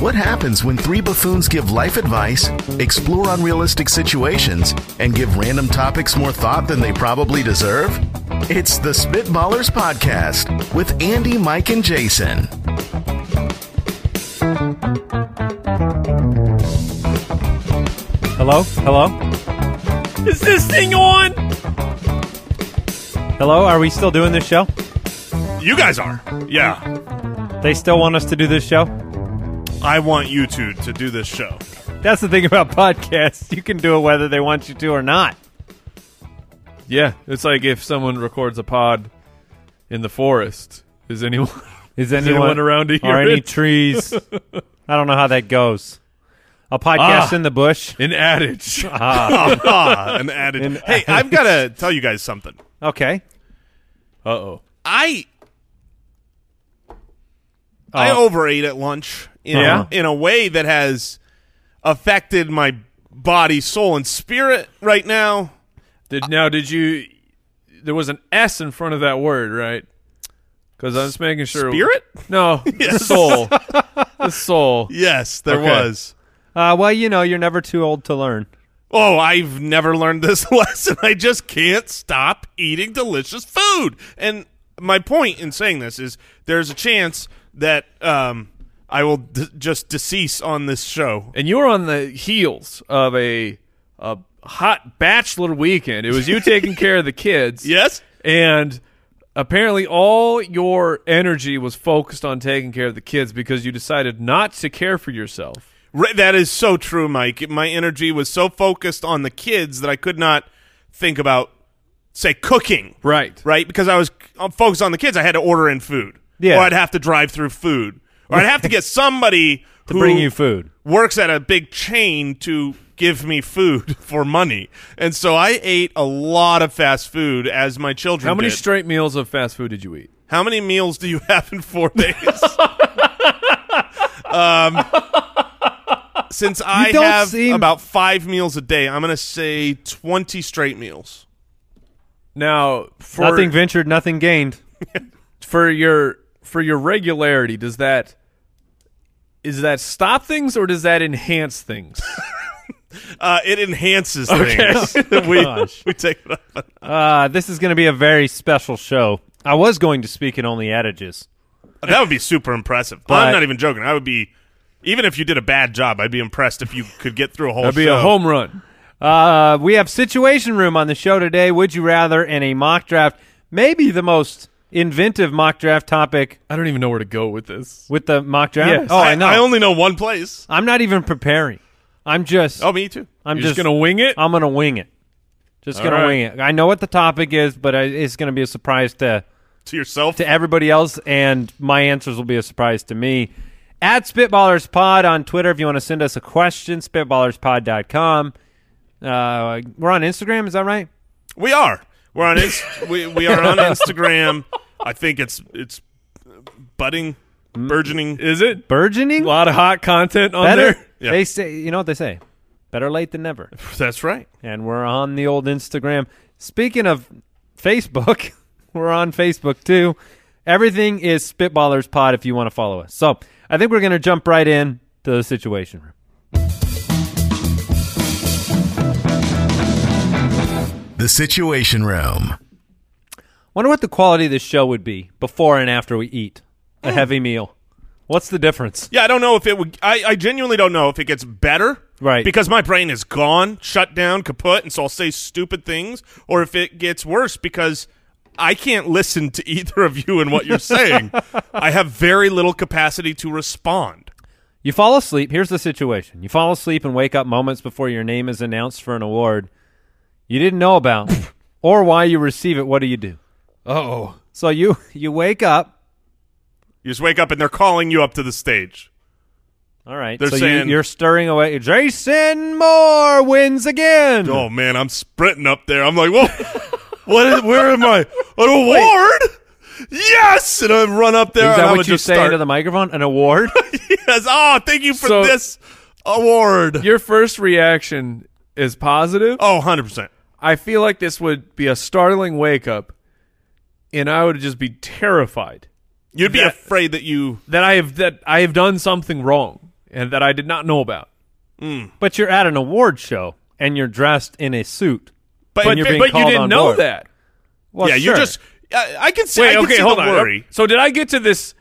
What happens when three buffoons give life advice, explore unrealistic situations, and give random topics more thought than they probably deserve? It's the Spitballers Podcast with Andy, Mike, and Jason. Hello? Hello? Is this thing on? Hello? Are we still doing this show? You guys are. Yeah. They still want us to do this show? I want you two to do this show. That's the thing about podcasts. You can do it whether they want you to or not. Yeah, it's like if someone records a pod in the forest. Is anyone? Is anyone around to Are hear any it? trees? I don't know how that goes. A podcast Ah. in the bush? An adage. An added. hey, I've got to tell you guys something. Okay. Uh oh. I I Uh, overate at lunch in, Yeah? in a way that has affected my body, soul, and spirit right now. Did now? Did you? There was an S in front of that word, right? Because I was making sure. Spirit? No, soul. the soul. Yes, there Okay. was. Uh, well, you know, you're never too old to learn. Oh, I've never learned this lesson. I just can't stop eating delicious food. And my point in saying this is there's a chance that um, I will d- just decease on this show. And you were on the heels of a a hot bachelor weekend. It was you taking care of the kids. Yes? And apparently, all your energy was focused on taking care of the kids because you decided not to care for yourself. Right, that is so true, Mike. My energy was so focused on the kids that I could not think about, say, cooking. Right. Right? Because I was uh, focused on the kids. I had to order in food. Yeah. Or I'd have to drive through food. Or I'd have to get somebody To who bring you food. works at a big chain to give me food for money. And so I ate a lot of fast food as my children How many did. straight meals of fast food did you eat? How many meals do you have in four days? um, since I don't have seem- about five meals a day, I'm going to say 20 straight meals. Now, for Nothing ventured, nothing gained. for your for your regularity, does that is that stop things or does that enhance things? Uh, it enhances things. Oh we, we take it up. Uh, this is going to be a very special show. I was going to speak in only adages. That would be super impressive. But- I'm not even joking. I would be, even if you did a bad job, I'd be impressed if you could get through a whole That'd be show. a home run. Uh, we have Situation Room on the show today. Would you rather? And a mock draft, maybe the most inventive mock draft topic I don't even know where to go with this. with the mock draft. Yes. Oh, I, know. I I only know one place. am not even preparing. I'm just. Oh, me too. I'm You're just, just, gonna wing it. I'm gonna wing it. Just gonna right. wing it. I know what the topic is, but I, it's gonna be a surprise to to yourself. to everybody else, and my answers will be a surprise to me. At Spitballers Pod on Twitter if you want to send us a question. Spitballerspod.com. Uh, we're on Instagram. Is that right? We are. We're on. Inst- we we are on Instagram. I think it's it's budding, Mm. burgeoning. Is it Burgeoning. a lot of hot content on Better. there? Yeah. They say. You know what they say. Better late than never. That's right. and we're on the old Instagram. Speaking of Facebook, we're on Facebook too. Everything is Spitballers Pod if you want to follow us. So I think we're going to jump right in to the Situation Room. The Situation Room. Wonder what the quality of this show would be before and after we eat a Mm. heavy meal. What's the difference? Yeah, I don't know if it would. I, I genuinely don't know if it gets better, Right. Because my brain is gone, shut down, kaput, and so I'll say stupid things, or if it gets worse because I can't listen to either of you and what you're saying. I have very little capacity to respond. You fall asleep. Here's the situation. You fall asleep and wake up moments before your name is announced for an award you didn't know about or why you receive it. What do you do? Oh, So you you wake up. You just wake up and they're calling you up to the stage. All right. They're so saying- you, you're stirring away. Jason Moore wins again. Oh man, I'm sprinting up there. I'm like, whoa, what? Is, where am I? An award? Yes! And I run up Is there. and I that would what you just say start, into the microphone? An award? Yes. Oh, thank you for So- this award. your first reaction is positive. Oh, 100 percent. I feel like this would be a startling wake up, and I would just be terrified You'd be That- afraid that you. that I have that I have done something wrong, and that I did not know about. But you're at an award show and you're dressed in a suit. But, And you're being But you called didn't on know board. that. Well, yeah, you're sure. just. I, I can see. I Wait, can okay, see hold the on. worry So did I get to this?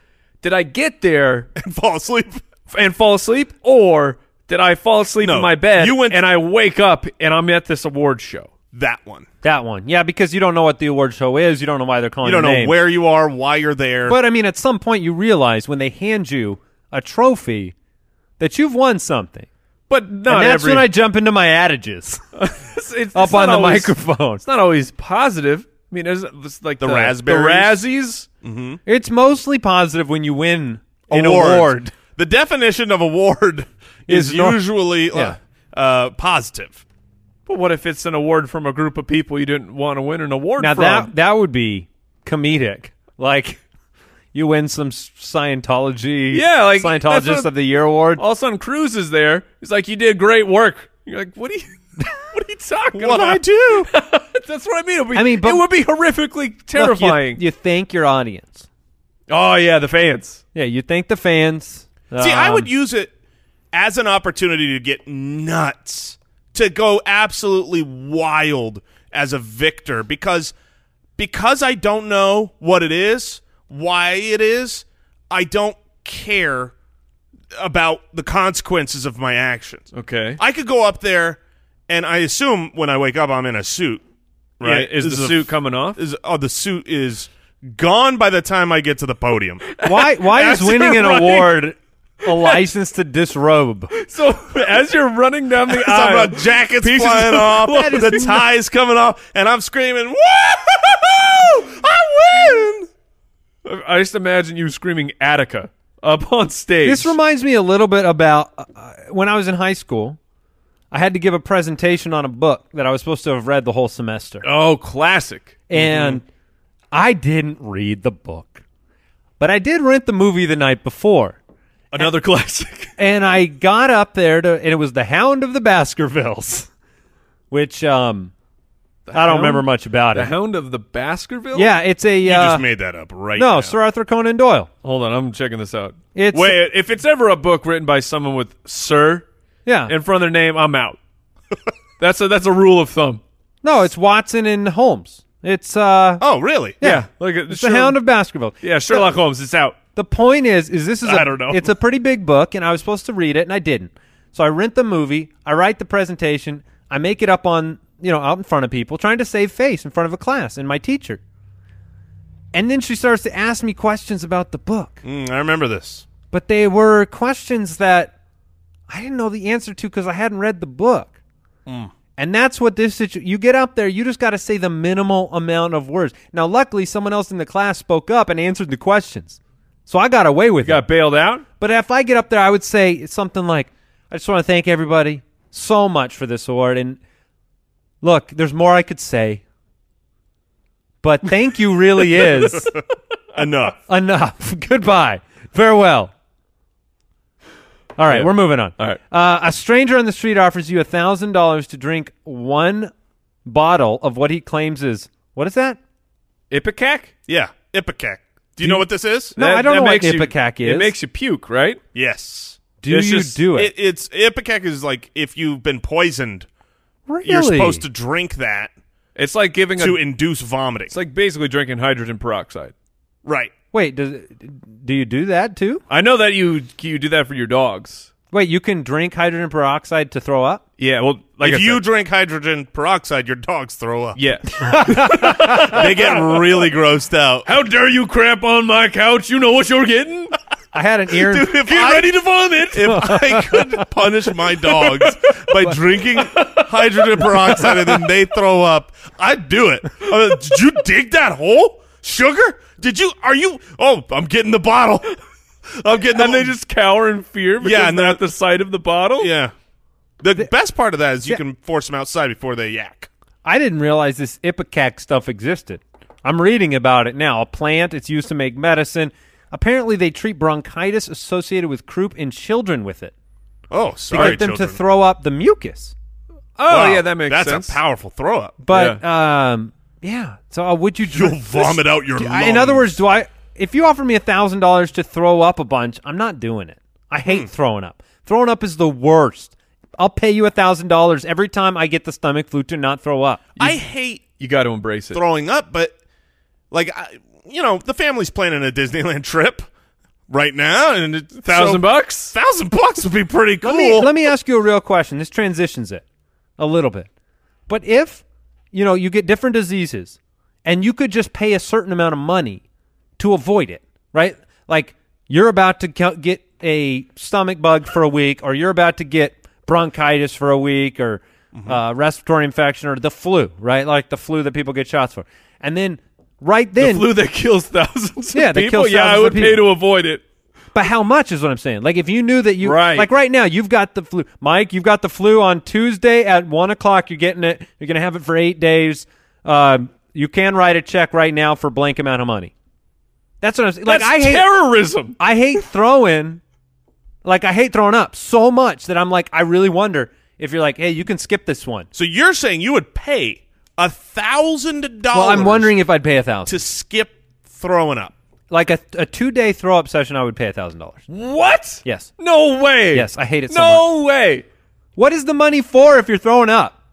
Did I get there and fall asleep. and fall asleep, or did I fall asleep No, in my bed you went- and I wake up and I'm at this award show? That one. that one. Yeah, because you don't know what the award show is. You don't know why they're calling. You don't your know name. where you are, why you're there. But I mean, at some point, you realize when they hand you a trophy that you've won something. But not and that's every. when I jump into my adages it's, it's up on the not always- microphone. It's not always positive. I mean, there's it's like the, raspberries? the Razzies. It's mostly positive when you win an Awards. award. The definition of award is, Is nor- usually uh, uh, positive. But what if it's an award from a group of people you didn't want to win an award Now from? that that would be comedic. Like you win some s- Scientology, Yeah, like, that's Scientologist what- of the Year award. All of a sudden, Cruz is there. He's like, "You did great work." You're like, "What are you? what are you talking What about?" I do? That's what I mean. It'd be- I mean, but- it would be horrifically Look, you- terrifying. you, thank your audience. oh yeah, the fans. Yeah, you thank the fans. Um, See, I Um, would use it as an opportunity to get nuts, to go absolutely wild as a victor because because I don't know what it is, why it is, I don't care about the consequences of my actions. Okay. I could go up there and I assume when I wake up I'm in a suit, right? Yeah, is This the a- suit coming off? is oh the suit is gone by the time I get to the podium. Why? Why is After winning an running- award a license to disrobe? So as you're running down the It's all aisle, about jackets flying off, the ties coming off, and I'm screaming, "Woo! I win!" I just imagine you screaming Attica up on stage. This reminds me a little bit about uh, when I was in high school. I had to give a presentation on a book that I was supposed to have read the whole semester. oh, classic. and I didn't read the book, but I did rent the movie the night before, Another classic. and I got up there to, and it was The Hound of the Baskervilles, which um, I don't Hound? remember much about the it. Hound of the Baskerville. Yeah, it's a You uh, just made that up, right? no now. Sir Arthur Conan Doyle. Hold on, I'm checking this out. It's Wait, if it's ever a book written by someone with "Sir" yeah, in front of their name, I'm out. that's a that's a rule of thumb. no, it's Watson and Holmes. It's uh, Oh, really? Yeah, like it's The Hound of Baskervilles. yeah Sherlock Holmes. It's out. The point is, is this is a, I don't know. It's a pretty big book, and I was supposed to read it, and I didn't. So I rent the movie, I write the presentation, I make it up on you know out in front of people, trying to save face in front of a class and my teacher. And then she starts to ask me questions about the book, Mm, I remember this. but they were questions that I didn't know the answer to because I hadn't read the book. And that's what this situ- you get up there, you just got to say the minimal amount of words. Now, luckily, someone else in the class spoke up and answered the questions, so I got away with it. Got bailed out. But if I get up there, I would say something like, I just want to thank everybody so much for this award. And look, there's more I could say, but thank you really is Enough. enough. Goodbye. Farewell. All right, Yeah. we're moving on. All right. Uh, a stranger on the street offers you $1,000 to drink one bottle of what he claims is, what is that? Ipecac? Yeah, Ipecac. Do you know what this is? No, I don't know what makes you- Ipecac is. It makes you puke, right? Yes. Do It's you just- do it? It, it's Ipecac is like if you've been poisoned, really? you're supposed to drink that It's like giving a. to induce vomiting. it's like basically drinking hydrogen peroxide. right. Wait, does, do you do that too? I know that you you do that for your dogs. Wait, you can drink hydrogen peroxide to throw up? Yeah, well, like if I you said- drink hydrogen peroxide, your dogs throw up. yeah. They get really grossed out. How dare you crap on my couch? You know what you're getting. I had an ear. Dude, if Get I ready to vomit. if I could punish my dogs by drinking hydrogen peroxide and then they throw up, I'd do it. I'm like, Did you dig that hole, sugar? Did you? Are you? Oh, I'm getting the bottle. I'm getting. The and they just cower in fear because Yeah, yeah, and they're then- at the sight of the bottle. yeah. The, best part of that is you can force them outside before they yak. I didn't realize this ipecac stuff existed. I'm reading about it now. A plant, it's used to make medicine. Apparently, they treat bronchitis associated with croup in children with it Oh, to sorry, get them children. to throw up the mucus. Oh Wow, yeah, that makes that's sense. a powerful throw up. But um, yeah. So uh, would you? You'll drink- vomit out your. I- In other words, do I? If you offer me a thousand dollars to throw up a bunch, I'm not doing it. I Hmm. hate throwing up. Throwing up is the worst. I'll pay you a thousand dollars every time I get the stomach flu to not throw up. I hate You got to embrace it. throwing up, but like I, you know, the family's planning a Disneyland trip right now, and it's Thousand so- bucks. Thousand bucks would be pretty cool. Let me, let me ask you a real question. This transitions it a little bit. But if, you know, you get different diseases and you could just pay a certain amount of money to avoid it, right? Like you're about to co- get a stomach bug for a week or you're about to get bronchitis for a week or uh, respiratory infection or the flu, right? Like the flu that people get shots for. And then right then Flu that kills thousands. Of Yeah, that people. kills yeah. I thousands would of pay to people. avoid it. But how much is what I'm saying? Like if you knew that you Right. like right now you've got the flu, Mike. You've got the flu on Tuesday at one o'clock. You're getting it. You're gonna have it for eight days. Um, you can write a check right now for blank amount of money. That's what I'm saying. Like That's I hate terrorism. I hate throwing. Like I hate throwing up so much that I'm like I really wonder if you're like hey you can skip this one. so you're saying you would pay a thousand Well, dollars? I'm wondering if I'd pay a thousand. to skip throwing up. Like a, a two day throw up session, I would pay a thousand dollars. What? Yes. No way. Yes, I hate it so No way. What is the money for if you're throwing up?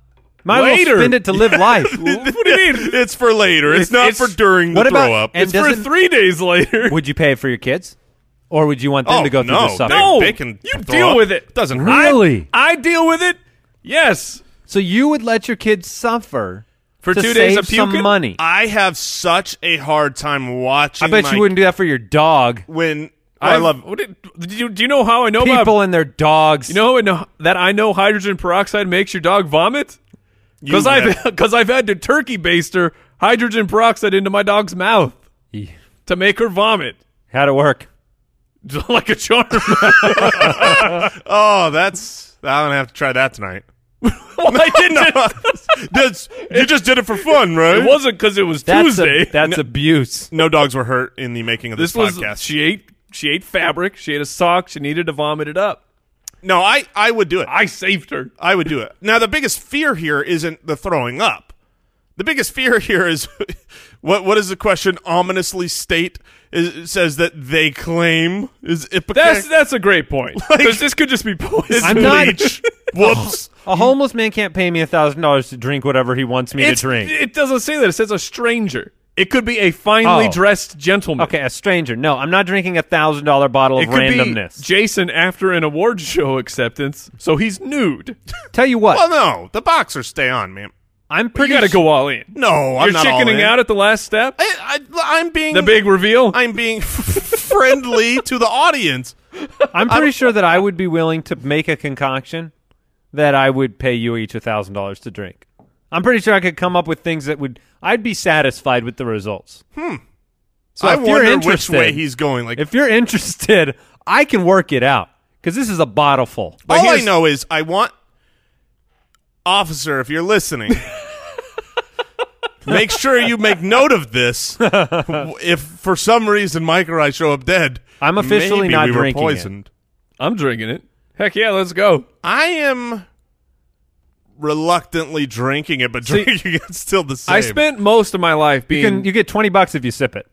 Might as Later. well spend it to live life. what do you mean? It's for later. It's, not it's- for during what the about- throw up. and It's for doesn't- three days later. Would you pay it for your kids, or would you want them Oh, to go through no, this suffering? No, They- they can you throw deal up. with it. Doesn't hurt. Really? I, I deal with it. Yes, So you would let your kids suffer For to two days save of some puking? money? I, I have such a hard time watching. bet my- you wouldn't do that for your dog. When I love What did, do you do you know how I know about People and their dogs. You know, and uh, that I know hydrogen peroxide makes your dog vomit because You I've have- because I've had to turkey baster hydrogen peroxide into my dog's mouth Yeah. to make her vomit how'd it work? Just like a charm. Oh, that's. I'm gonna have to try that tonight. well, I didn't. That's you just did it for fun, right? It wasn't because it was That's Tuesday. A, that's abuse. No dogs were hurt in the making of this, this was podcast. she ate she ate fabric. She ate a sock. She needed to vomit it up. no, I I would do it. I saved her. I would do it. Now the biggest fear here isn't the throwing up. The biggest fear here is what what is the question ominously state is, says that they claim is Ipecac. That's that's a great point because this could just be poison. I'm not- bleach. Whoops. A homeless man can't pay me a thousand dollars to drink whatever he wants me It's- to drink. It doesn't say that. It says a stranger. It could be a finely Oh. dressed gentleman. okay, a stranger. No, I'm not drinking a thousand dollar bottle of It could randomness. be Jason after an award show acceptance, so he's nude. Tell you what, Well, no, the boxers stay on, man. I'm you pretty. got to su- go all in. No, I'm You're not all chickening in. out at the last step. I, I, I'm being The big reveal. I'm being friendly to the audience. I'm pretty sure that I would be willing to make a concoction that I would pay you each a thousand dollars to drink. I'm pretty sure I could come up with things that would I'd be satisfied with the results. Hmm. So I if you're wonder which interested, way he's going. Like, if you're interested, I can work it out because this is a bottle full. all I here's- know is I want officer. If you're listening, make sure you make note of this. if for some reason Mike or I show up dead, I'm officially maybe not we drinking it. were poisoned. I'm drinking it. Heck yeah, let's go. I am reluctantly drinking it, but drinking it's still the same. I spent most of my life You being. can you get twenty bucks if you sip it.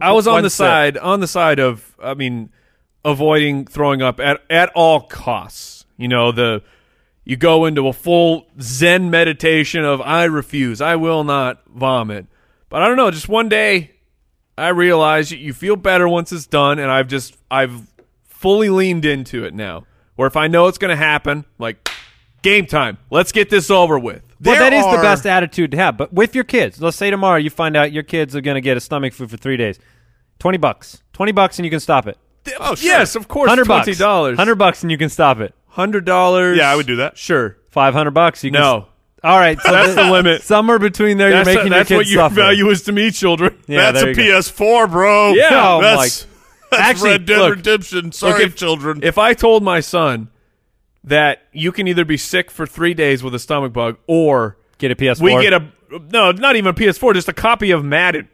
I was on one the sip. side on the side of. I mean, avoiding throwing up at at all costs. You know the. You go into a full Zen meditation of I refuse, I will not vomit. But I don't know, just one day I realize you- you feel better once it's done, and I've just I've fully leaned into it now. Where if I know it's going to happen, like game time, let's get this over with. Well, There that is are- the best attitude to have. But with your kids, let's say tomorrow you find out your kids are going to get a stomach flu for three days, twenty bucks, twenty bucks, and you can stop it. Oh, sure. Yes, of course, Hundred bucks, twenty dollars, hundred bucks, and you can stop it. hundred dollars. Yeah, I would do that. Sure, Five hundred bucks. You can No. all right, so That's the limit. Somewhere between there, that's, you're making that's your what kids your suffer. value is to me, children. Yeah, that's there a you go. PS4, bro. Yeah. Oh, that's, that's Actually, Red Dead look- Redemption. Look, Sorry, if- children. If I told my son that you can either be sick for three days with a stomach bug, or Get a PS4. we get a no, not even a PS4, just a copy of Madden,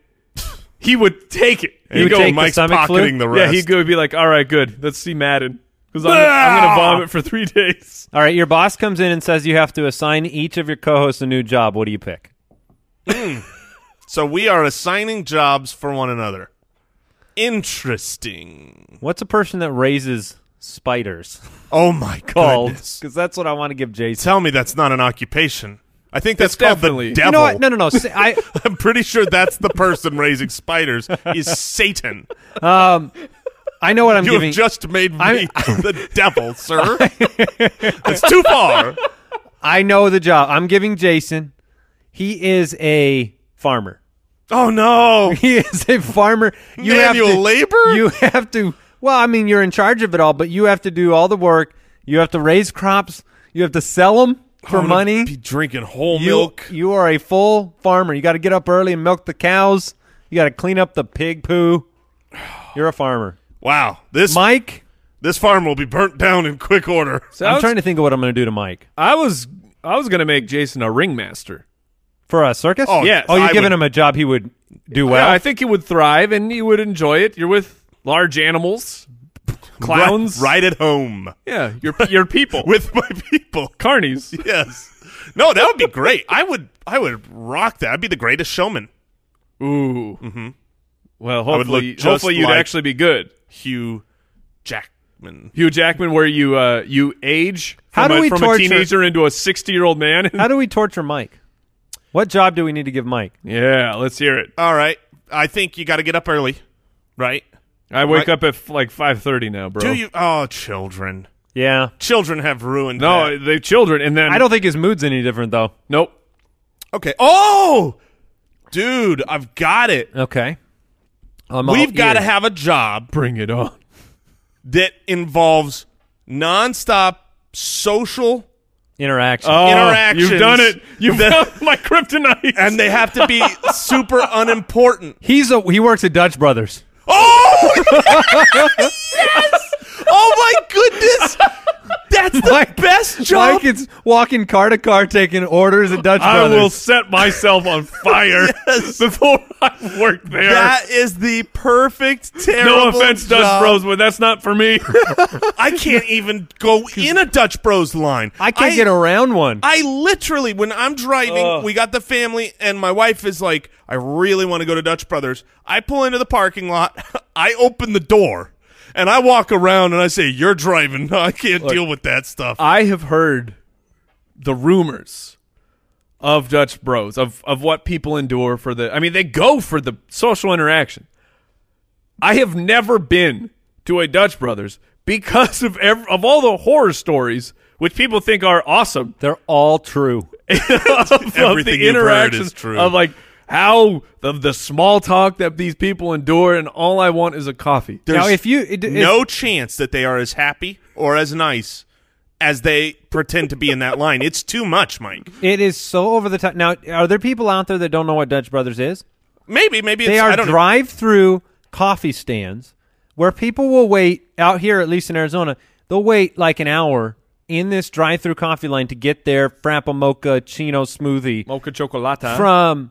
he would take it. You He'd would go, take the Mike's stomach flu? pocketing the yeah, rest. he'd go be like, all right, good, let's see Madden because I'm, I'm gonna vomit for three days. All right, your boss comes in and says you have to assign each of your co-hosts a new job. What do you pick? So we are assigning jobs for one another. Interesting. What's a person that raises spiders Oh my called goodness! because that's what I want to give Jason. Tell me that's not an occupation. I think that's It's called definitely- the You You devil. know what? No, no, no. Sa- I I'm pretty sure that's the person raising spiders is Satan. I know what I'm You giving. have just made me I'm- the devil, sir. That's too far. I know the job. I'm giving Jason. He is a farmer. Oh no! He is a farmer. You Manual have to, labor? You have to. Well, I mean, you're in charge of it all, but you have to do all the work. You have to raise crops. You have to sell them for I'm gonna money. Be drinking whole you, milk. You are a full farmer. You got to get up early and milk the cows. You got to clean up the pig poo. You're a farmer, Wow, this Mike. this farm will be burnt down in quick order. So I I'm was- trying to think of what I'm going to do to Mike I was I was gonna make Jason a ringmaster. for a circus. Oh, yes, Oh, you're I giving would- him a job he would do Yeah, well. I think he would thrive and he would enjoy it. You're with large animals, clowns, right, right at home Yeah, your your people with my people. carnies. Yes. No, that would be great. I would I would rock that. I'd be the greatest showman. Ooh. Well, would look hopefully, just hopefully you'd like- actually be good. Hugh Jackman. Hugh Jackman, where you uh, you age How from, do a, we from a torture- teenager into a sixty year old man. How do we torture Mike? What job do we need to give Mike? yeah, let's hear it. All right. I think you got to get up early. Right? I wake my- up at f- like five thirty now, bro. Do you Oh, children. Yeah. Children have ruined No, that. the children, and then I don't think his mood's any different though. Nope. Okay. Oh! Dude, I've got it. Okay. I'm We've got to ears. have a job Bring it on. that involves nonstop social interaction. Oh, Interactions. You've done it. You've That- found my kryptonite. and they have to be super unimportant. He's a he works at Dutch Brothers. Oh! yes! Oh my goodness! That's the Mike- best job. Mike is walking car to car taking orders at Dutch I will Brothers. set myself on fire before I work there. That is the perfect terrible. no offense, Dutch job. Bros, but that's not for me. I can't even go in a Dutch Bros line. I can't get around one. I literally, when I'm driving, Ugh. we got the family, and my wife is like, I really want to go to Dutch Brothers. I pull into the parking lot, I open the door, and I walk around and I say, You're driving. I can't deal with that stuff. I have heard the rumors of Dutch Bros of of what people endure for the. I mean, they go for the social interaction. I have never been to a Dutch Brothers because of ev- of all the horror stories, which people think are awesome. They're all true. of, of Everything the you've heard is interactions true. of like how the, the small talk that these people endure, and all I want is a coffee. Now, if you it, it- no chance that they are as happy or as nice as they pretend to be in that line. It's too much, Mike. it is so over the top. Now, are there people out there that don't know what Dutch Brothers is? Maybe, maybe it's, They I are don't know. drive-through coffee stands where people will wait out here, at least in Arizona. They'll wait like an hour in this drive-through coffee line to get their frappa mocha chino smoothie mocha chocolata from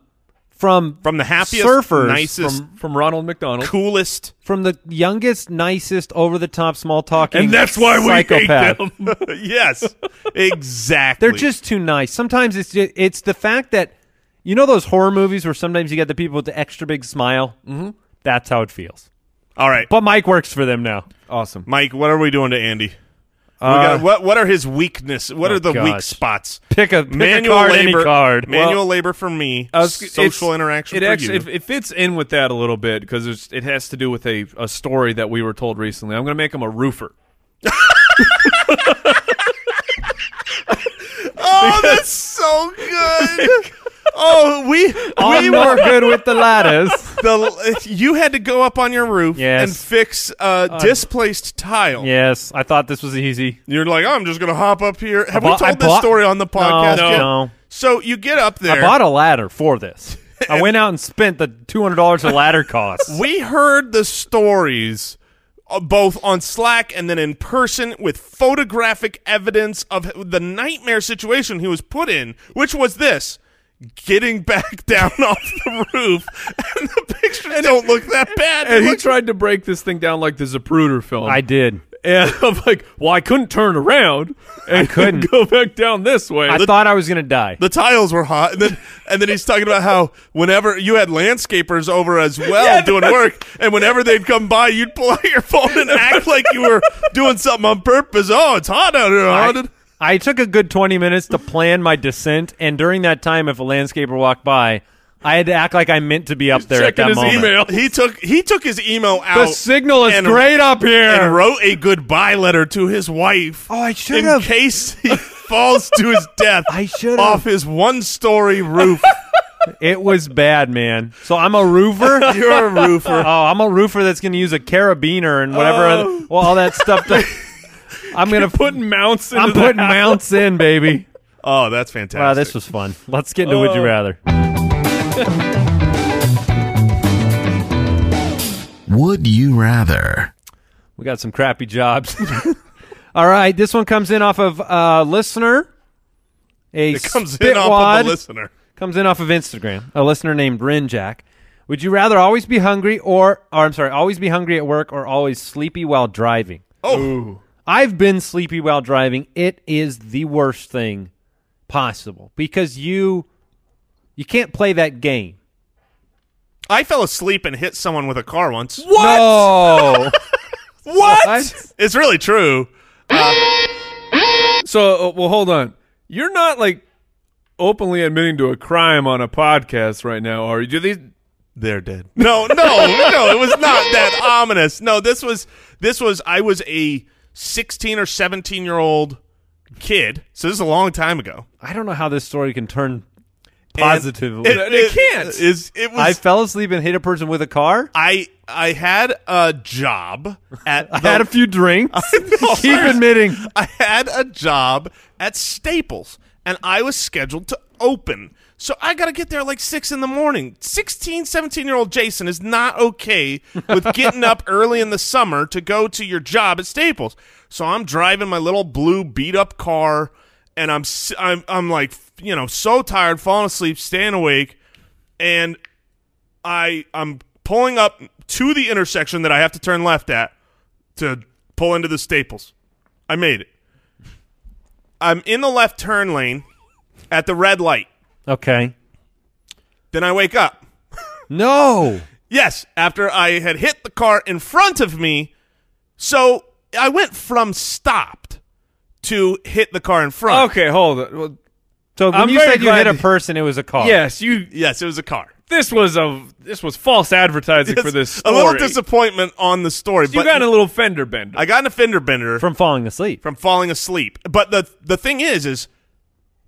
from From the happiest, surfers nicest, from, from Ronald McDonald. coolest. from the youngest, nicest, over-the-top, small-talking, And that's why we psychopath. hate them. yes, exactly. They're just too nice. Sometimes it's ju- it's the fact that you know those horror movies where sometimes you get the people with the extra big smile. Mm-hmm. That's how it feels. all right. But Mike works for them now. awesome. Mike, what are we doing to Andy? We got- what what are his weakness? What are the weak Uh, oh gosh. spots? Pick a pick a card, any card. uh, Manual Well, labor for me. I was- social it's- interaction It for actually you. It, it fits in with that a little bit because it has to do with a, a story that we were told recently. I'm going to make him a roofer. oh, that's so good. oh, we we I'm were not good with the ladders. the you had to go up on your roof Yes. and fix uh, displaced tile. yes, I thought this was easy. You're like, oh, I'm just gonna hop up here. Have bought- we I told this bought- story on the No, podcast no. yet? no. So you get up there. I bought a ladder for this. I went out and spent the two hundred dollars a ladder costs. we heard the stories uh, both on Slack and then in person with photographic evidence of the nightmare situation he was put in, which was this. Getting back down off the roof, and the pictures don't look that bad. And They he look- tried to break this thing down like the Zapruder film. I did. And I'm like, well, I couldn't turn around and couldn't go back down this way. I thought I was gonna die. The tiles were hot, and then and then he's talking about how whenever you had landscapers over as well doing work, and whenever they'd come by, you'd pull out your phone and act like you were doing something on purpose. Oh, it's hot out here. I, hot. I took a good 20 minutes to plan my descent, and during that time, if a landscaper walked by, I had to act like I meant to be up there at checking that his moment. email. He took he took his email The out. signal is and- great up and here. wrote a goodbye letter to his wife. Oh, I should in have. case he falls to his death. I should have. off his one-story roof. It was bad, man. So I'm a roofer. You're a roofer. Oh, I'm a roofer that's going to use a carabiner and whatever, other, well, all that stuff. That, I'm going to put. Oh. putting mounts into I'm the putting house. mounts in, baby. Oh, that's fantastic. Wow, this was fun. Let's get into Oh. Would You Rather. Would you rather? We got some crappy jobs. All right, this one comes in off of uh, listener. A it comes in off of spitwad. the listener. comes in off of Instagram. A listener named Rinjack. Would you rather always be hungry or, or I'm sorry, always be hungry at work or always sleepy while driving? Oh, I've been sleepy while driving. It is the worst thing possible because you you can't play that game. I fell asleep and hit someone with a car once. What? No. What? I- It's really true. So, uh, well, hold on. You're not like openly admitting to a crime on a podcast right now, are you? Do these? They're dead. No, no, no. It was not that ominous. No, this was this was. I was a sixteen or seventeen year old kid. So this is a long time ago. I don't know how this story can turn positively. It- they can't. Is it was. I fell asleep and hit a person with a car. I I had a job at I had a few drinks. Keep admitting. I had a job at Staples and I was scheduled to open. So I got to get there like 6 in the morning. 16, 17 year old Jason is not okay with getting up early in the summer to go to your job at Staples. So I'm driving my little blue beat up car and I'm s- I'm I'm like, you know, so tired, falling asleep, staying awake and I I'm pulling up to the intersection that I have to turn left at to pull into the Staples. I made it. I'm in the left turn lane at the red light. Okay. Then I wake up. No. Yes, after I had hit the car in front of me. So I went from stopped to hit the car in front. Okay, hold on. Well, So when I'm you very said you glad hit a to- person, it was a Oh. car. yes, you. Yes, it was a car. This was a. This was false advertising for this. a Story. little disappointment on the story, You but got in a little fender bender. I got in a fender bender. From falling asleep. from falling asleep. But the the thing is, is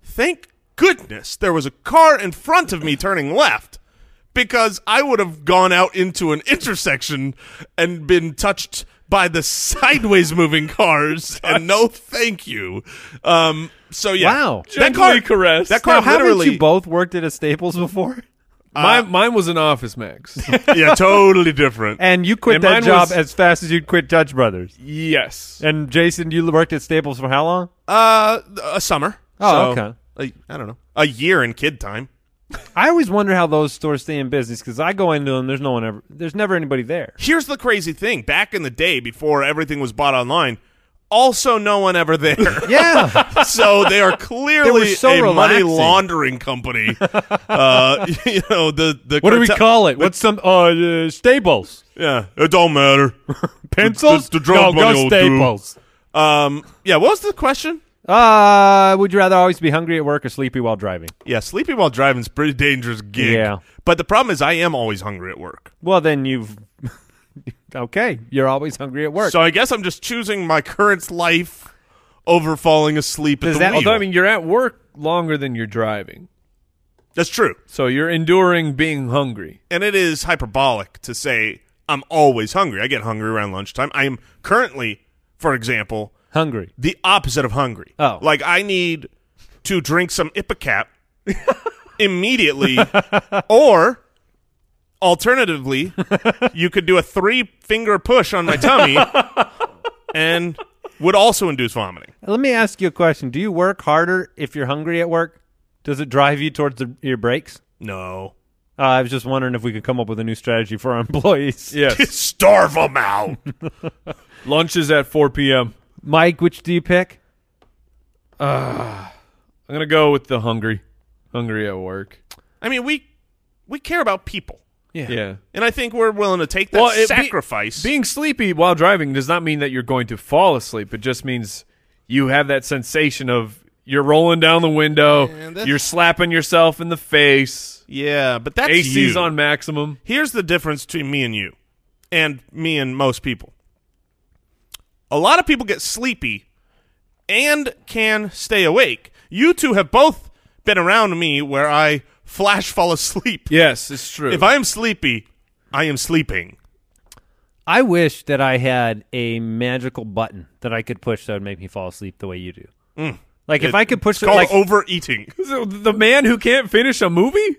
thank goodness there was a car in front of me turning left because I would have gone out into an intersection and been touched by the sideways moving cars and no thank you. Um so yeah. Wow. That car Gently caressed. That car now, haven't literally you both worked at a Staples before? uh, mine, mine was an office max. Yeah, totally different. And you quit And that mine job was- as fast as you'd quit Judge Brothers. yes. And Jason, you worked at Staples for how long? Uh a summer. Oh, So, okay. like, I don't know. A year in kid time. I always wonder how those stores stay in business because I go into them, there's no one ever, there's never anybody there. Here's the crazy thing. Back in the day before everything was bought online, also no one ever there. Yeah, so they are clearly They were so a money relaxing. laundering company. uh, you know the the what do we cartel- call it? What's some uh, uh Staples Yeah, it don't matter. pencils? The- the drug no, money go will do. Staples. Um, yeah, what was the question? Uh, would you rather always be hungry at work or sleepy while driving? Yeah, sleeping while driving is a pretty dangerous gig. Yeah. but the problem is I am always hungry at work, Well, then you've okay. You're always hungry at work. so I guess I'm just choosing my current life over falling asleep Does at the that- wheel. Although I mean, you're at work longer than you're driving, That's true, so you're enduring being hungry. and it is hyperbolic to say I'm always hungry. I get hungry around lunchtime. I am currently, for example, hungry. the opposite of hungry. Oh. Like I need to drink some Ipecac immediately or alternatively you could do a three finger push on my tummy and would also induce vomiting. Let me ask you a question. Do you work harder if you're hungry at work? Does it drive you towards the, your breaks? No. Uh, I was just wondering if we could come up with a new strategy for our employees. Yes. Starve them out. Lunch is at 4 p.m. Mike, which do you pick? I'm going to go with the hungry. Hungry at work. I mean, we we care about people, Yeah. and I think we're willing to take that Well, it be- sacrifice. Being sleepy while driving does not mean that you're going to fall asleep. It just means you have that sensation of you're rolling down the window, that's- you're slapping yourself in the face, yeah, but that's AC's you. on maximum. Here's the difference between me and you, and me and most people. A lot of people get sleepy and can stay awake. You two have both been around me where I flash fall asleep. Yes, it's true. If I am sleepy, I am sleeping. I wish that I had a magical button that I could push that would make me fall asleep the way you do. Like if I could push It's it, called like overeating. So the man who can't finish a movie?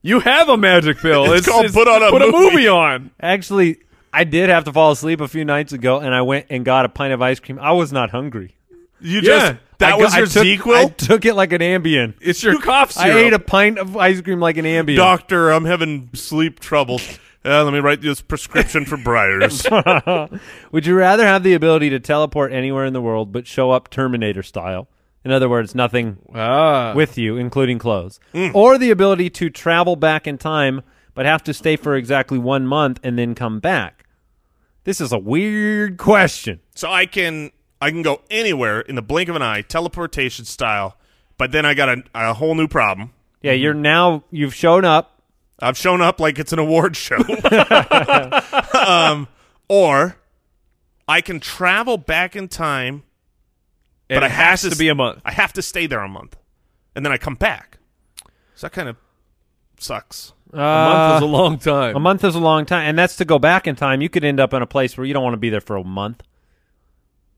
You have a magic pill. It's called put on a put movie. a movie on. actually, I did have to fall asleep a few nights ago, and I went and got a pint of ice cream. I was not hungry. You Yeah. just that I go- was I your took, sequel. I took it like an Ambien. It's your cough I syrup. ate a pint of ice cream like an Ambien. Doctor, I'm having sleep trouble. Uh, let me write this prescription for Briars. Would you rather have the ability to teleport anywhere in the world but show up Terminator style? In other words, nothing ah. with you, including clothes, or the ability to travel back in time but have to stay for exactly one month and then come back? This is a weird question. so I can I can go anywhere in the blink of an eye, teleportation style. But then I got a, a whole new problem. Yeah, you're now you've shown up. I've shown up like it's an award show. um, or I can travel back in time. but it has to be a month. I have to stay there a month, and then I come back. So that kind of sucks. A month is a long time. A month is a long time, and that's to go back in time. You could end up in a place where you don't want to be there for a month.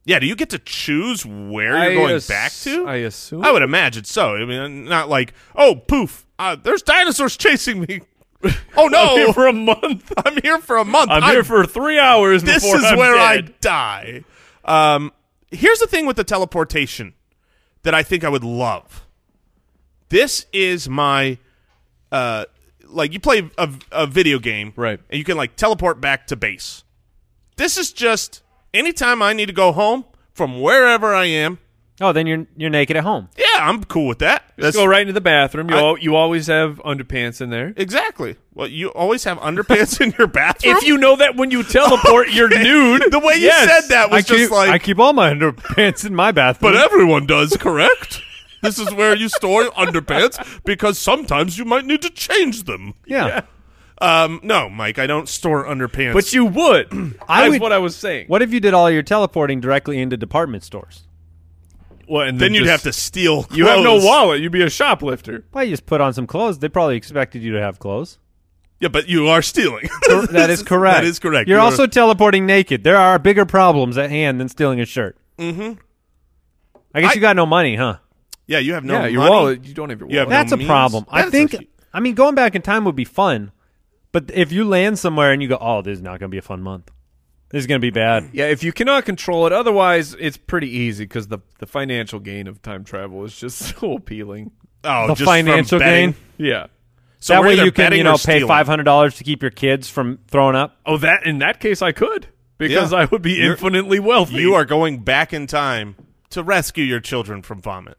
Yeah, do you get to choose where I you're going ass- back to? I assume. I would imagine so. I mean, not like, oh, poof, uh, there's dinosaurs chasing me. Oh I'm here no, for a month. I'm here for a month. I'm here for three hours. this before is I'm where I dead. die. Um, here's the thing with the teleportation that I think I would love. This is my, uh, like you play a, a video game, Right. And you can like teleport back to base. This is just anytime I need to go home from wherever I am. Oh, then you're you're naked at home. Yeah, I'm cool with that. Just That's- go right into the bathroom. You, I- al- you always have underpants in there. Exactly. Well, you always have underpants in your bathroom. If you know that when you teleport, you're nude. the way you Yes. said that was I just keep, like, I keep all my underpants in my bathroom. but everyone does, correct? this is where you store underpants because sometimes you might need to change them. yeah. Um, no, Mike, I don't store underpants. But you would. I That's would- what I was saying. What if you did all your teleporting directly into department stores? Well, and then you'd just- have to steal. You have no clothes. wallet. You'd be a shoplifter. Well, you just put on some clothes. They probably expected you to have clothes. Yeah, but you are stealing. Cor- that is correct. That is correct. You're You are- also teleporting naked. There are bigger problems at hand than stealing a shirt. Mm-hmm. I guess I- you got no money, huh? yeah, you have no yeah, your money. wallet. You don't have your wallet. You have Oh, no That's a means. problem. I That's think. a- I mean, going back in time would be fun, but if you land somewhere and you go, "Oh, this is not going to be a fun month. This is going to be bad." Yeah, if you cannot control it, otherwise it's pretty easy because the the financial gain of time travel is just so appealing. oh, the just from financial betting. gain. Yeah. So that we're way either you can, betting you or know, pay stealing. five hundred dollars to keep your kids from throwing up. Oh, that in that case I could because Yeah. I would be You're- infinitely wealthy. You are going back in time to rescue your children from vomit.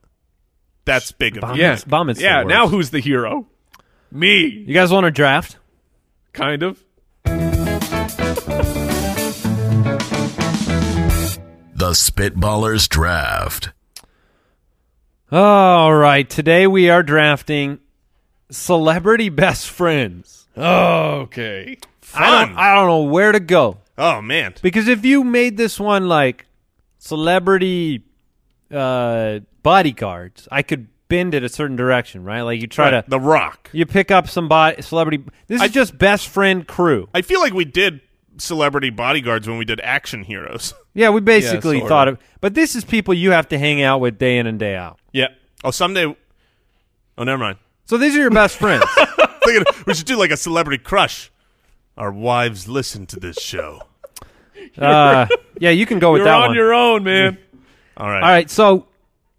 That's big of you. Yeah. It's bomb, it's the yeah. worst. Now who's the hero? Me, You guys want a draft? kind of. The Spitballers Draft. All right. Today we are drafting celebrity best friends. Okay. I Fun. don't, I don't know where to go oh man, because if you made this one like celebrity uh, bodyguards, I could bend it a certain direction, right? Like you try to The Rock. you pick up some body, celebrity. This is just best friend crew. I feel like we did celebrity bodyguards when we did action heroes. Yeah, we basically sorta. thought of, but this is people you have to hang out with day in and day out. Yeah. Oh, someday. Oh, never mind. So these are your best friends. Thinking we should do like a celebrity crush. Our wives listen to this show. Uh, yeah, you can go with You're that on one. your own, man. All right. All right, so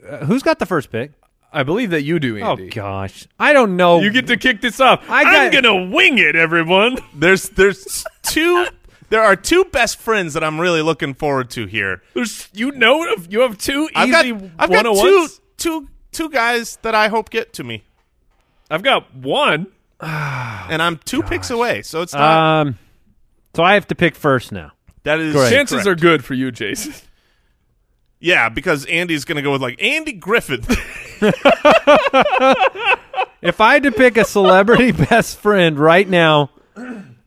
uh, who's got the first pick? I believe that you do, Oh Andy. gosh, I don't know. You get to kick this off. I I'm got- gonna wing it, everyone. There's there's two there are two best friends that I'm really looking forward to here. There's, you know, it. you have two I've got, easy I've got two, 101s. two, two guys that I hope get to me, I've got one. and I'm two picks away. So it's not um. So I have to pick first now. that is great. Chances are good for you, Jason. yeah because Andy's gonna go with like Andy Griffith. If I had to pick a celebrity best friend right now,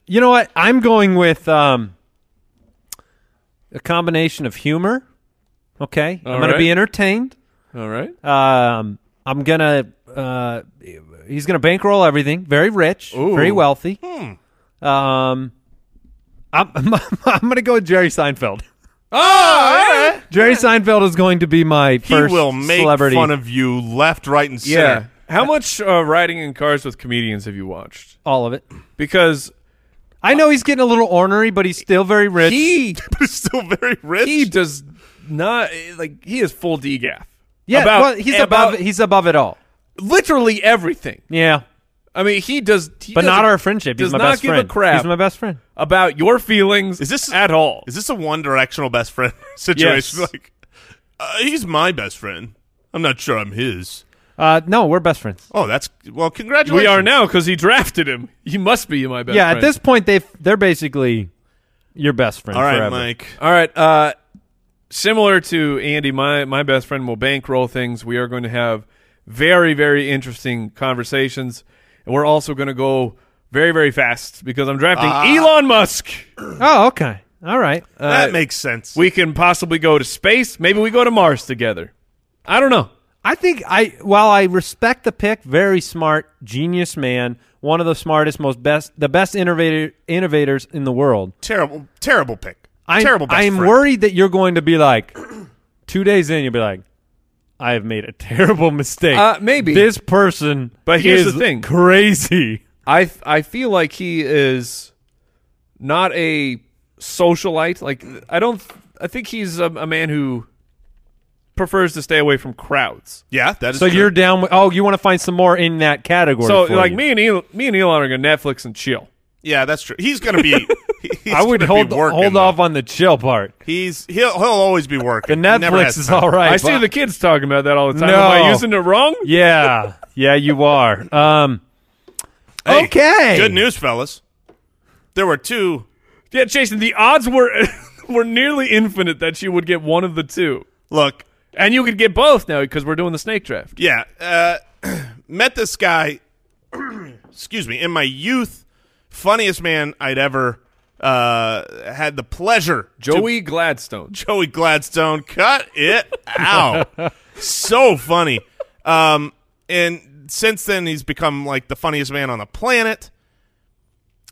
you know what? I'm going with um, a combination of humor. Okay, I'm All going to be right. entertained. All right. Um, I'm gonna. Uh, he's gonna bankroll everything. Very rich. Very wealthy. Hmm. Um, I'm, I'm gonna go with Jerry Seinfeld. Jerry Seinfeld is going to be my Oh, he first will make celebrity. fun of you left, right, and Yeah. center. How much uh, riding in cars with comedians have you watched? all of it. Because I know he's getting a little ornery, but he's still very rich. he but he's still very rich. he does not like he is full DGAF. yeah, about, well, he's about above. He's above it all. literally everything. Yeah, I mean, he does, he but not doesn't- our friendship. He's does my not best give a friend. crap. He's my best friend. about your feelings. Is this- at all? is this a one directional best friend situation? Yes. Like uh, he's my best friend. I'm not sure I'm his. Uh, no, we're best friends. Oh, that's well. Congratulations. we are now because he drafted him. He must be my best. yeah, friend. at this point they they're basically your best friend. All right, forever. Mike. All right. Uh, similar to Andy, my my best friend will bankroll things. We are going to have very very interesting conversations, and we're also going to go very very fast because I'm drafting Ah. Elon Musk. Oh, okay. All right. Uh, that makes sense. We can possibly go to space. Maybe we go to Mars together. I don't know. I think I while I respect the pick, very smart, genius man, one of the smartest, most best, the best innovator innovators in the world. terrible, terrible pick. I'm, terrible. Best I'm friend. worried that you're going to be like two days in, you'll be like, I have made a terrible mistake. Uh, maybe. this person, But here's is the thing. crazy. I I feel like he is not a socialite. Like I don't. I think he's a, a man who prefers to stay away from crowds. Yeah, that is. So true. you're down. With, oh, you want to find some more in that category? So for like you. me and Elon, me and Elon are gonna Netflix and chill. Yeah, that's true. He's gonna be. he's I would gonna hold be working, hold though. off on the chill part. He's he'll he'll always be The working. He never Netflix has is time. all right. I see but- the kids talking about that all the time. No. Am I using it wrong? Yeah, yeah, you are. Um, Hey, okay. Good news, fellas. There were two. Yeah, Jason. The odds were were nearly infinite that you would get one of the two, Look, and you could get both now because we're doing the snake draft. yeah, uh, met this guy. excuse me. In my youth, funniest man I'd ever uh, had the pleasure. Joey Gladstone. Joey Gladstone. Cut it out. so funny. Um, and since then, he's become like the funniest man on the planet.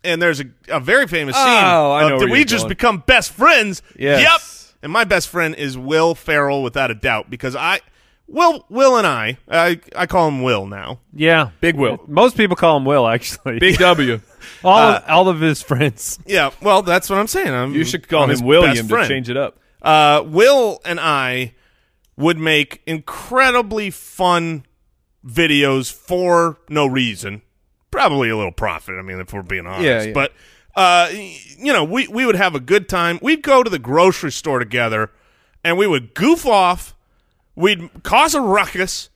And there's a, a very famous scene. Oh, I of, know Did where we you're just going." become best friends? Yes. Yep. And my best friend is Will Farrell, without a doubt, because I, Will, Will and I, I, I call him Will now. Yeah, Big Will. Most people call him Will. Actually, Big uh, W. all of, all of his friends. Yeah. Well, that's what I'm saying. I'm, You should call I'm his him William best to friend. change it up. uh, Will and I would make incredibly fun videos for no reason. Probably a little profit. I mean, if we're being honest, Yeah, yeah. but uh, y- you know, we we would have a good time. We'd go to the grocery store together, and we would goof off. We'd cause a ruckus,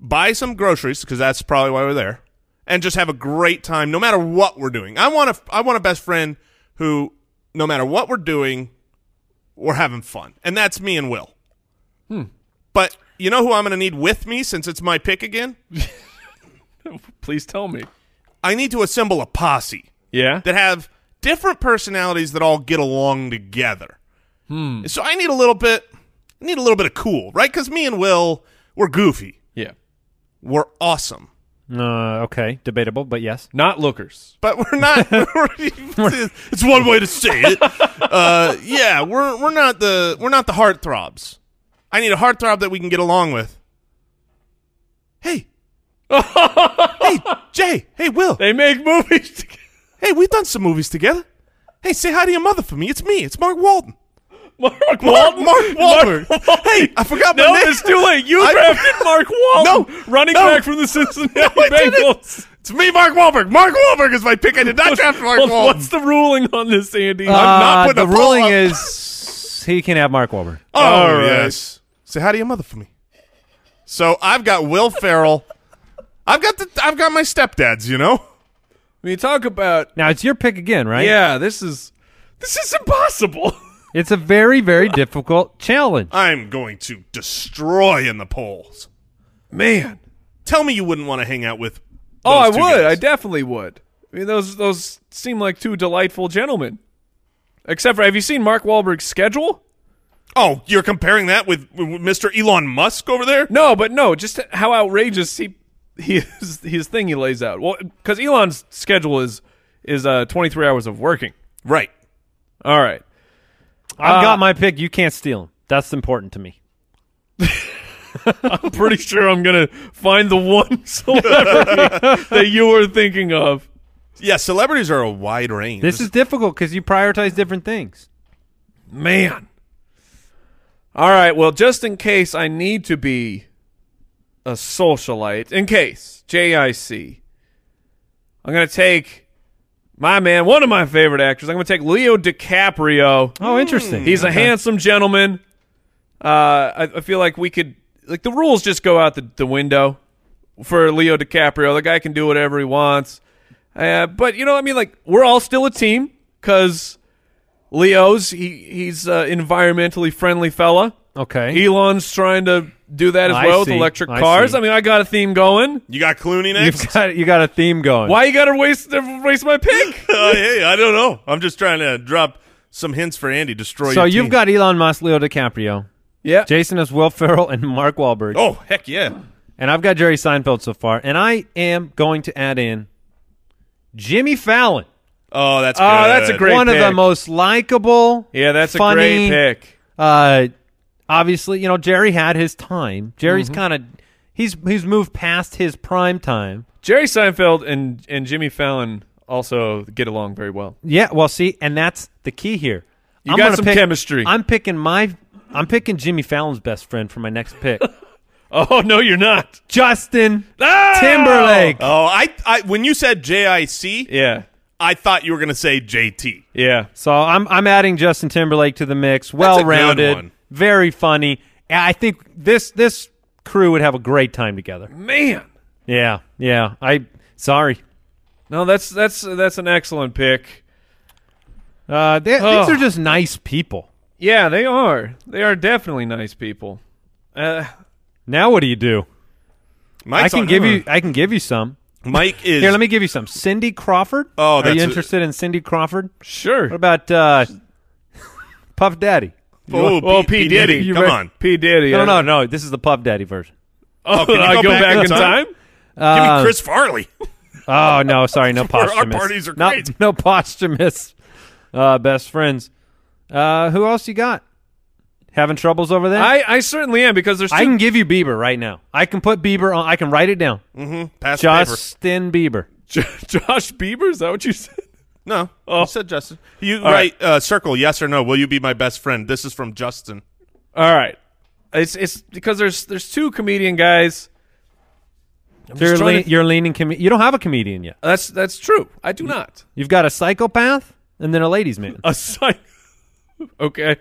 buy some groceries because that's probably why we're there, and just have a great time no matter what we're doing. I want a I want a best friend who, no matter what we're doing, we're having fun. And that's me and Will. But you know who I'm going to need with me since it's my pick again? Please tell me. I need to assemble a posse Yeah. that have different personalities that all get along together. So I need a little bit I need a little bit of cool, right? Cuz me and Will, we're goofy. yeah. We're awesome. Uh, okay, debatable, but yes. Not lookers. but we're not. we're- it's one way to say it. Uh, yeah, we're we're not the we're not the heartthrobs. I need a heartthrob that we can get along with. Hey, hey, Jay. Hey, Will. They make movies. together. Hey, we've done some movies together. Hey, say hi to your mother for me. It's me. It's Mark Walden. Mark Mark, Walton. Mark Wahlberg. Hey, I forgot my No, name. it's too late. You I- drafted Mark Walton, No, running no. back from the Cincinnati I didn't. Bengals. It's me, Mark Wahlberg. Mark Wahlberg is my pick. I did not draft Mark What's- Wahlberg. What's the ruling on this, Andy? I'm not Uh, putting the a poll ruling up. is he can have Mark Wahlberg. oh, All right. yes. Say hi to your mother for me. So I've got Will Ferrell. I've got the. I've got my stepdads. You know. I mean, talk about Now it's your pick again, right? yeah. This is this is impossible. It's a very, very difficult challenge. I'm going to destroy in the polls. Man, Tell me you wouldn't want to hang out with. oh, I those would. two I guys. definitely would. I mean, those those seem like two delightful gentlemen. Except for, have you seen Mark Wahlberg's schedule? oh, you're comparing that with, with Mr. Elon Musk over there? No, but no, just how outrageous he he is, his thing he lays out. Well, because Elon's schedule is is uh, twenty three hours of working. Right. All right. I've Uh, got my pick. You can't steal him. That's important to me. pretty sure I'm gonna find the one celebrity that you were thinking of. Yeah, celebrities are a wide range. This is difficult because you prioritize different things. Man. All right. Well, just in case I need to be a socialite, in case JIC, I'm gonna take my man, one of my favorite actors. I'm gonna take Leo DiCaprio. Hmm. Oh, interesting. He's a handsome gentleman. Uh, I, I feel like we could like the rules just go out the, the window for Leo DiCaprio. The guy can do whatever he wants. Uh, but you know, I mean, like we're all still a team because Leo's he he's uh, environmentally friendly fella. okay. Elon's trying to do that as I well with see. electric I cars. see. I mean, I got a theme going. you got Clooney next? You've got you got a theme going. Why you gotta waste waste my pick? Uh, hey, I don't know. I'm just trying to drop some hints for Andy. Destroy. So your you've team. got Elon Musk, Leo DiCaprio, yeah. Jason is Will Ferrell, and Mark Wahlberg, Oh heck yeah! and I've got Jerry Seinfeld so far, and I am going to add in Jimmy Fallon, Oh, that's Oh, that's a good. Great one of the pick. most likable. yeah, that's funny, a great pick. Uh, obviously, you know Jerry had his time. Jerry's Mm-hmm. kind of he's he's moved past his prime time. Jerry Seinfeld and and Jimmy Fallon also get along very well. Yeah, well, see, and that's the key here. You I'm got gonna some pick- chemistry. I'm picking my I'm picking Jimmy Fallon's best friend for my next pick, oh no, you're not. Justin Ah! Timberlake. Oh, I, I when you said JIC, Yeah, I thought you were going to say JT. yeah. So I'm I'm adding Justin Timberlake to the mix. Well rounded, one. very funny. And I think this this crew would have a great time together. Man, Yeah, yeah. I sorry. no, that's that's that's an excellent pick. Uh, they, Oh. These are just nice people. Yeah, they are. They are definitely nice people. Uh, Now what do you do? I Mike's can on- give you I can give you some. Mike is Here, let me give you some. Cindy Crawford. are Oh, you that's a- interested in Cindy Crawford? What sure. about uh, Puff Daddy? Oh, Oh, P, P. Diddy, You come re- on. P Diddy. No, no, no. This is the Puff Daddy version. Oh, can you I go go back back in in time? time. Give Uh, me Chris Farley. Oh no, sorry, no our posthumous. parties are No- great. No, posthumous uh, best friends. Uh, who else you got? Having troubles over there? I I certainly am because there's two. I can give you Bieber right now. I can put Bieber on. I can write it down. Pass the paper. Justin Bieber. Josh Bieber. Is that what you said? No, Oh. you said Justin. You All write uh, circle yes or no. Will you be my best friend? This is from Justin. All right. It's it's because there's there's two comedian guys. I'm So you're, just trying lean to- you're leaning. Com- you don't have a comedian yet. that's that's true. I do not. You've got a psychopath and then a ladies' man, a A sign. okay.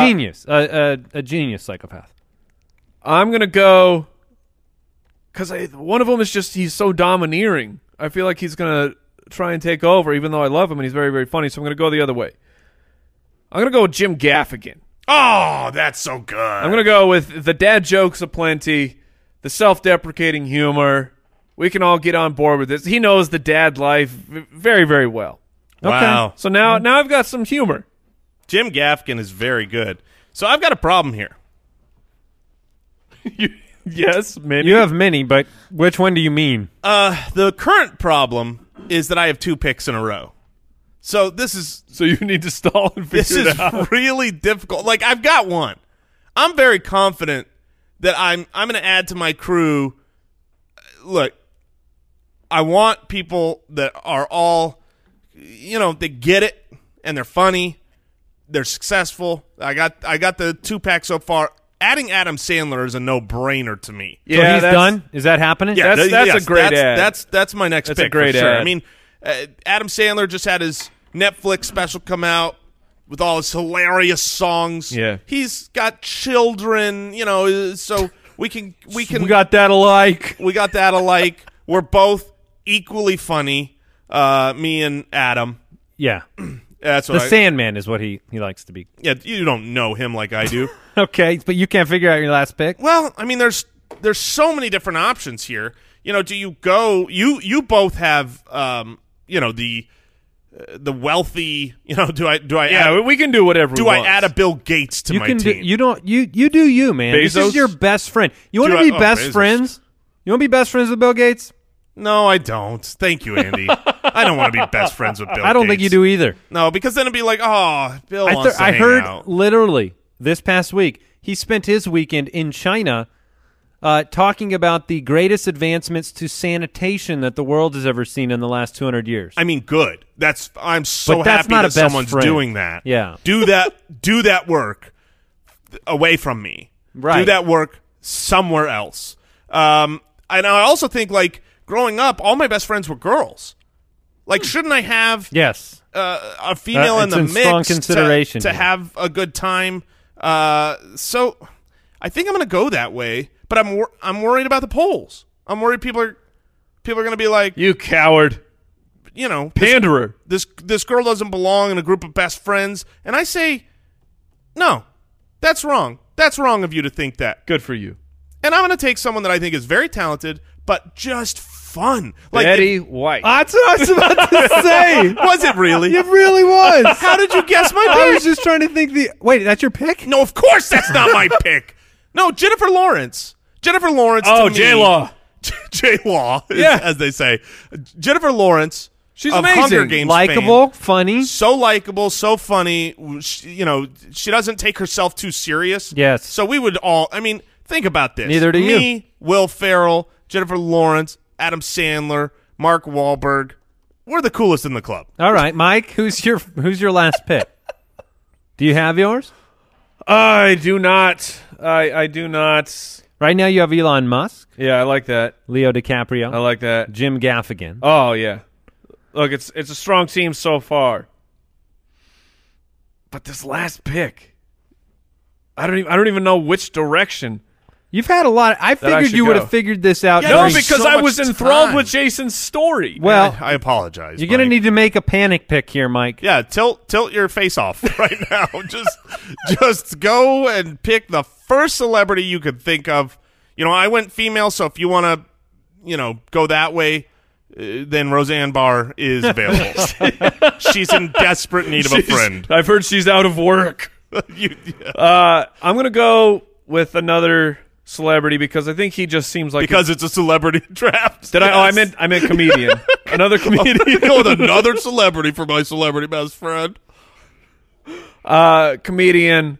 genius, a, a, a genius psychopath. I'm gonna go because one of them is just he's so domineering. I feel like he's gonna try and take over, even though I love him and he's very very funny. So I'm gonna go the other way. I'm gonna go with Jim Gaffigan. Oh, that's so good. I'm gonna go with the dad jokes aplenty, the self-deprecating humor. We can all get on board with this. He knows the dad life v- very very well. wow. So now now I've got some humor. Jim Gaffigan is very good. So I've got a problem here. yes, man. You have many, but which one do you mean? Uh, the current problem is that I have two picks in a row. So this is So you need to stall and figure this it is out. really difficult. Like I've got one. I'm very confident that I'm I'm going to add to my crew. Look, I want people that are all you know, they get it and they're funny They're successful. I got I got the two pack so far. Adding Adam Sandler is a no brainer to me. So he's done. Is that happening? Yeah, That's- th- that's a great that's, ad. That's that's my next That's a pick. for great sure. I ad. mean, uh, Adam Sandler just had his Netflix special come out with all his hilarious songs. Yeah. he's got children. You know, uh, so we can we can we got that alike. we got that alike. We're both equally funny. Uh, me and Adam. yeah. That's The what I, Sandman is what he he likes to be. yeah. You don't know him like I do. Okay, but you can't figure out your last pick. Well, I mean, there's there's so many different options here. You know, do you go? You you both have um, you know the uh, the wealthy. You know, do I do I Yeah, add, we can do whatever. do we I want. add a Bill Gates to You my can do, team? you don't you you do you man. This Bezos? is your best friend. You want Do to I- be oh, best Bezos. friends? You want to be best friends with Bill Gates? no, I don't. Thank you, Andy. I don't want to be best friends with Bill. I don't think you Gates. do either. No, because then it'd be like, oh, Bill. I, wants thir- to I hang heard out. literally this past week he spent his weekend in China uh, talking about the greatest advancements to sanitation that the world has ever seen in the last 200 years. I mean, good. That's I'm so But that's happy not that a best someone's friend. doing that. Yeah. do that. do that work away from me. Right. Do that work somewhere else. Um, and I also think like growing up, all my best friends were girls. Like, shouldn't I have yes. uh, a female Hmm. Uh, in the it's in mix strong to- consideration to, here. have a good time? Uh, so I think I'm going to go that way. But I'm wor- I'm worried about the polls. I'm worried people are people are going to be like You coward, you know panderer. this this girl doesn't belong in a group of best friends and i say no that's wrong that's wrong of you to think that Good for you, and i'm going to take someone that i think is very talented but just fun like Eddie White. That's what I was about to say. was it really It really was. how did you guess I my was pick just trying to think the wait. That's your pick? no of course that's not my pick no jennifer lawrence jennifer lawrence to oh, me- J Law. j law Yeah. as they say jennifer lawrence She's of amazing. Hunger Games fame. Likeable, funny. so likable, so funny. Sh- You know, she doesn't take herself too serious. Yes. So we would all. I mean, think about this. Neither do you. Me, Will Ferrell, Jennifer Lawrence, Adam Sandler, Mark Wahlberg. We're the coolest in the club. All right, Mike. Who's your who's your last pick? Do you have yours? I do not. I I do not. Right now, you have Elon Musk, Yeah, I like that. Leo DiCaprio, I like that. Jim Gaffigan. Oh yeah. Look, it's it's a strong team so far. But this last pick, I don't even I don't even know which direction. You've had a lot. I I figured should you would go. have figured this out. Yeah, No, during- There's because so I much was enthralled time. with Jason's story. well, I apologize. you're gonna Mike. need to make a panic pick here, Mike. Yeah, tilt tilt your face off right now. just just go and pick the first celebrity you could think of. You know, I went female, so if you want to, you know, go that way, uh, then Roseanne Barr is available. She's in desperate need of a friend. I've heard she's out of work. You- yeah. Uh, I'm gonna go with another celebrity because I think he just seems like because it's a celebrity draft. did I? Oh, I yes. Oh, meant I meant comedian. another you comedian. go with another celebrity for my celebrity best friend. uh, comedian.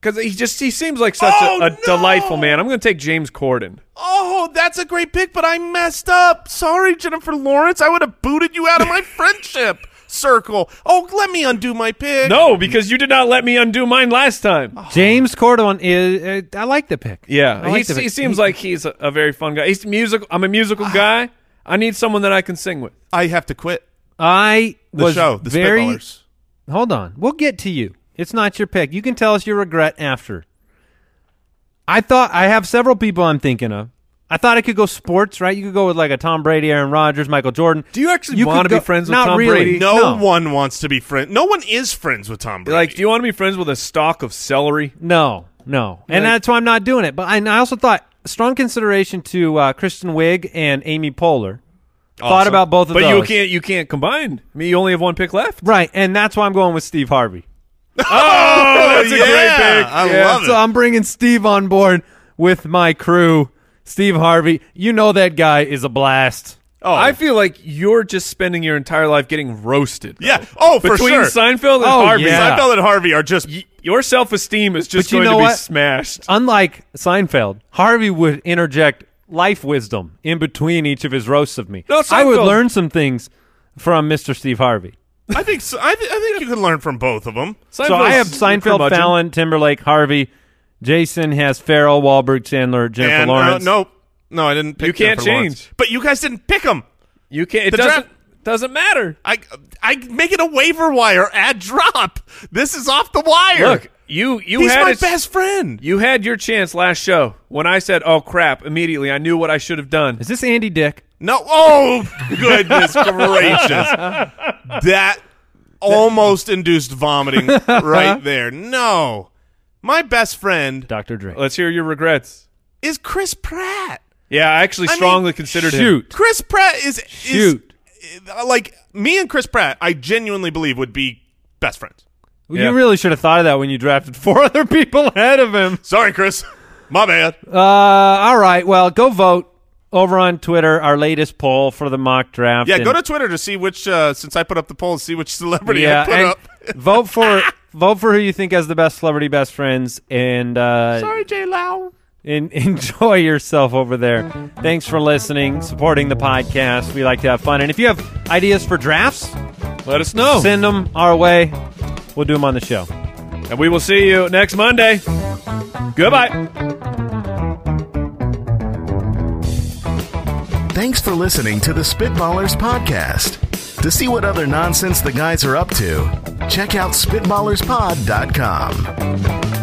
Because he just he seems like such Oh, a, a no! delightful man. I'm gonna take James Corden. Oh, that's a great pick, but I messed up. Sorry, Jennifer Lawrence. I would have booted you out of my friendship circle. Oh, let me undo my pick. No, because you did not let me undo mine last time. James Corden is. Uh, I like the pick. Yeah, Oh, I like he, the he pick. seems like he's a, a very fun guy. He's musical. I'm a Ah. musical guy. I need someone that I can sing with. I have to quit I the was show. The very. Spitballers. Hold on. We'll get to you. It's not your pick. You can tell us your regret after. I thought I have several people I'm thinking of. I thought I could go sports, right? You could go with like a Tom Brady, Aaron Rodgers, Michael Jordan. Do you actually could wanna be go- friends with not Tom really. Brady? No, no, one wants to be friend. No one is friends with Tom Brady. Like, do you want to be friends with a stalk of celery? No, no, and Like- that's why I'm not doing it. But I, and I also thought strong consideration to uh, Kristen Wiig and Amy Poehler. Thought about both of But those, you can't. You can't combine. I mean, you only have one pick left. right? And that's why I'm going with Steve Harvey. that's Oh, yeah, I love it. So I'm bringing Steve on board with my crew. Steve Harvey, you know that guy is a blast. oh, I feel like you're just spending your entire life getting roasted. yeah. Oh, for Between sure. Seinfeld and Oh, Harvey, yeah. Seinfeld and Harvey are just. y- your self-esteem is just But you going know to be what? smashed. Unlike Seinfeld, Harvey would interject life wisdom in between each of his roasts of me. No, I would Seinfeld- learn some things from Mr. Steve Harvey. I think so. I, th- I think you could learn from both of them. So I have Seinfeld's Seinfeld, curmudgeon. Fallon, Timberlake, Harvey. Jason has Farrell, Wahlberg, Chandler, Jennifer and Lawrence. Uh, nope, no, I didn't. Pick You can't Jennifer Lawrence. change. but you guys didn't pick them. You can't. It The doesn't draft- doesn't matter. I I make it a waiver wire ad drop. This is off the wire. Look, you you he's had my a s- best friend. You had your chance last show when I said, "Oh crap!" Immediately, I knew what I should have done. Is this Andy Dick? No, oh goodness gracious, that almost induced vomiting right there. No, my best friend Dr. Dre. Uh, Let's hear your regrets. is Chris Pratt. Yeah, I actually mean, strongly considered him. Shoot. Chris Pratt is is- Shoot. uh, like me and Chris Pratt. I genuinely believe would be best friends. Yeah. You really should have thought of that when you drafted four other people ahead of him. Sorry, Chris, my bad. Uh, all right. Well, go vote over on Twitter. Our latest poll for the mock draft. Yeah, And- go to Twitter to see which. Uh, since I put up the poll, see which celebrity I yeah, put and up. vote for vote for who you think has the best celebrity best friends, and uh, sorry, Jay Lau. And enjoy yourself over there. Thanks for listening, supporting the podcast. We like to have fun, and if you have ideas for drafts, Let us know, send them our way. We'll do them on the show. and we will see you next Monday. Goodbye. Thanks for listening to the Spitballers Podcast. To see what other nonsense the guys are up to, check out SpitballersPod.com.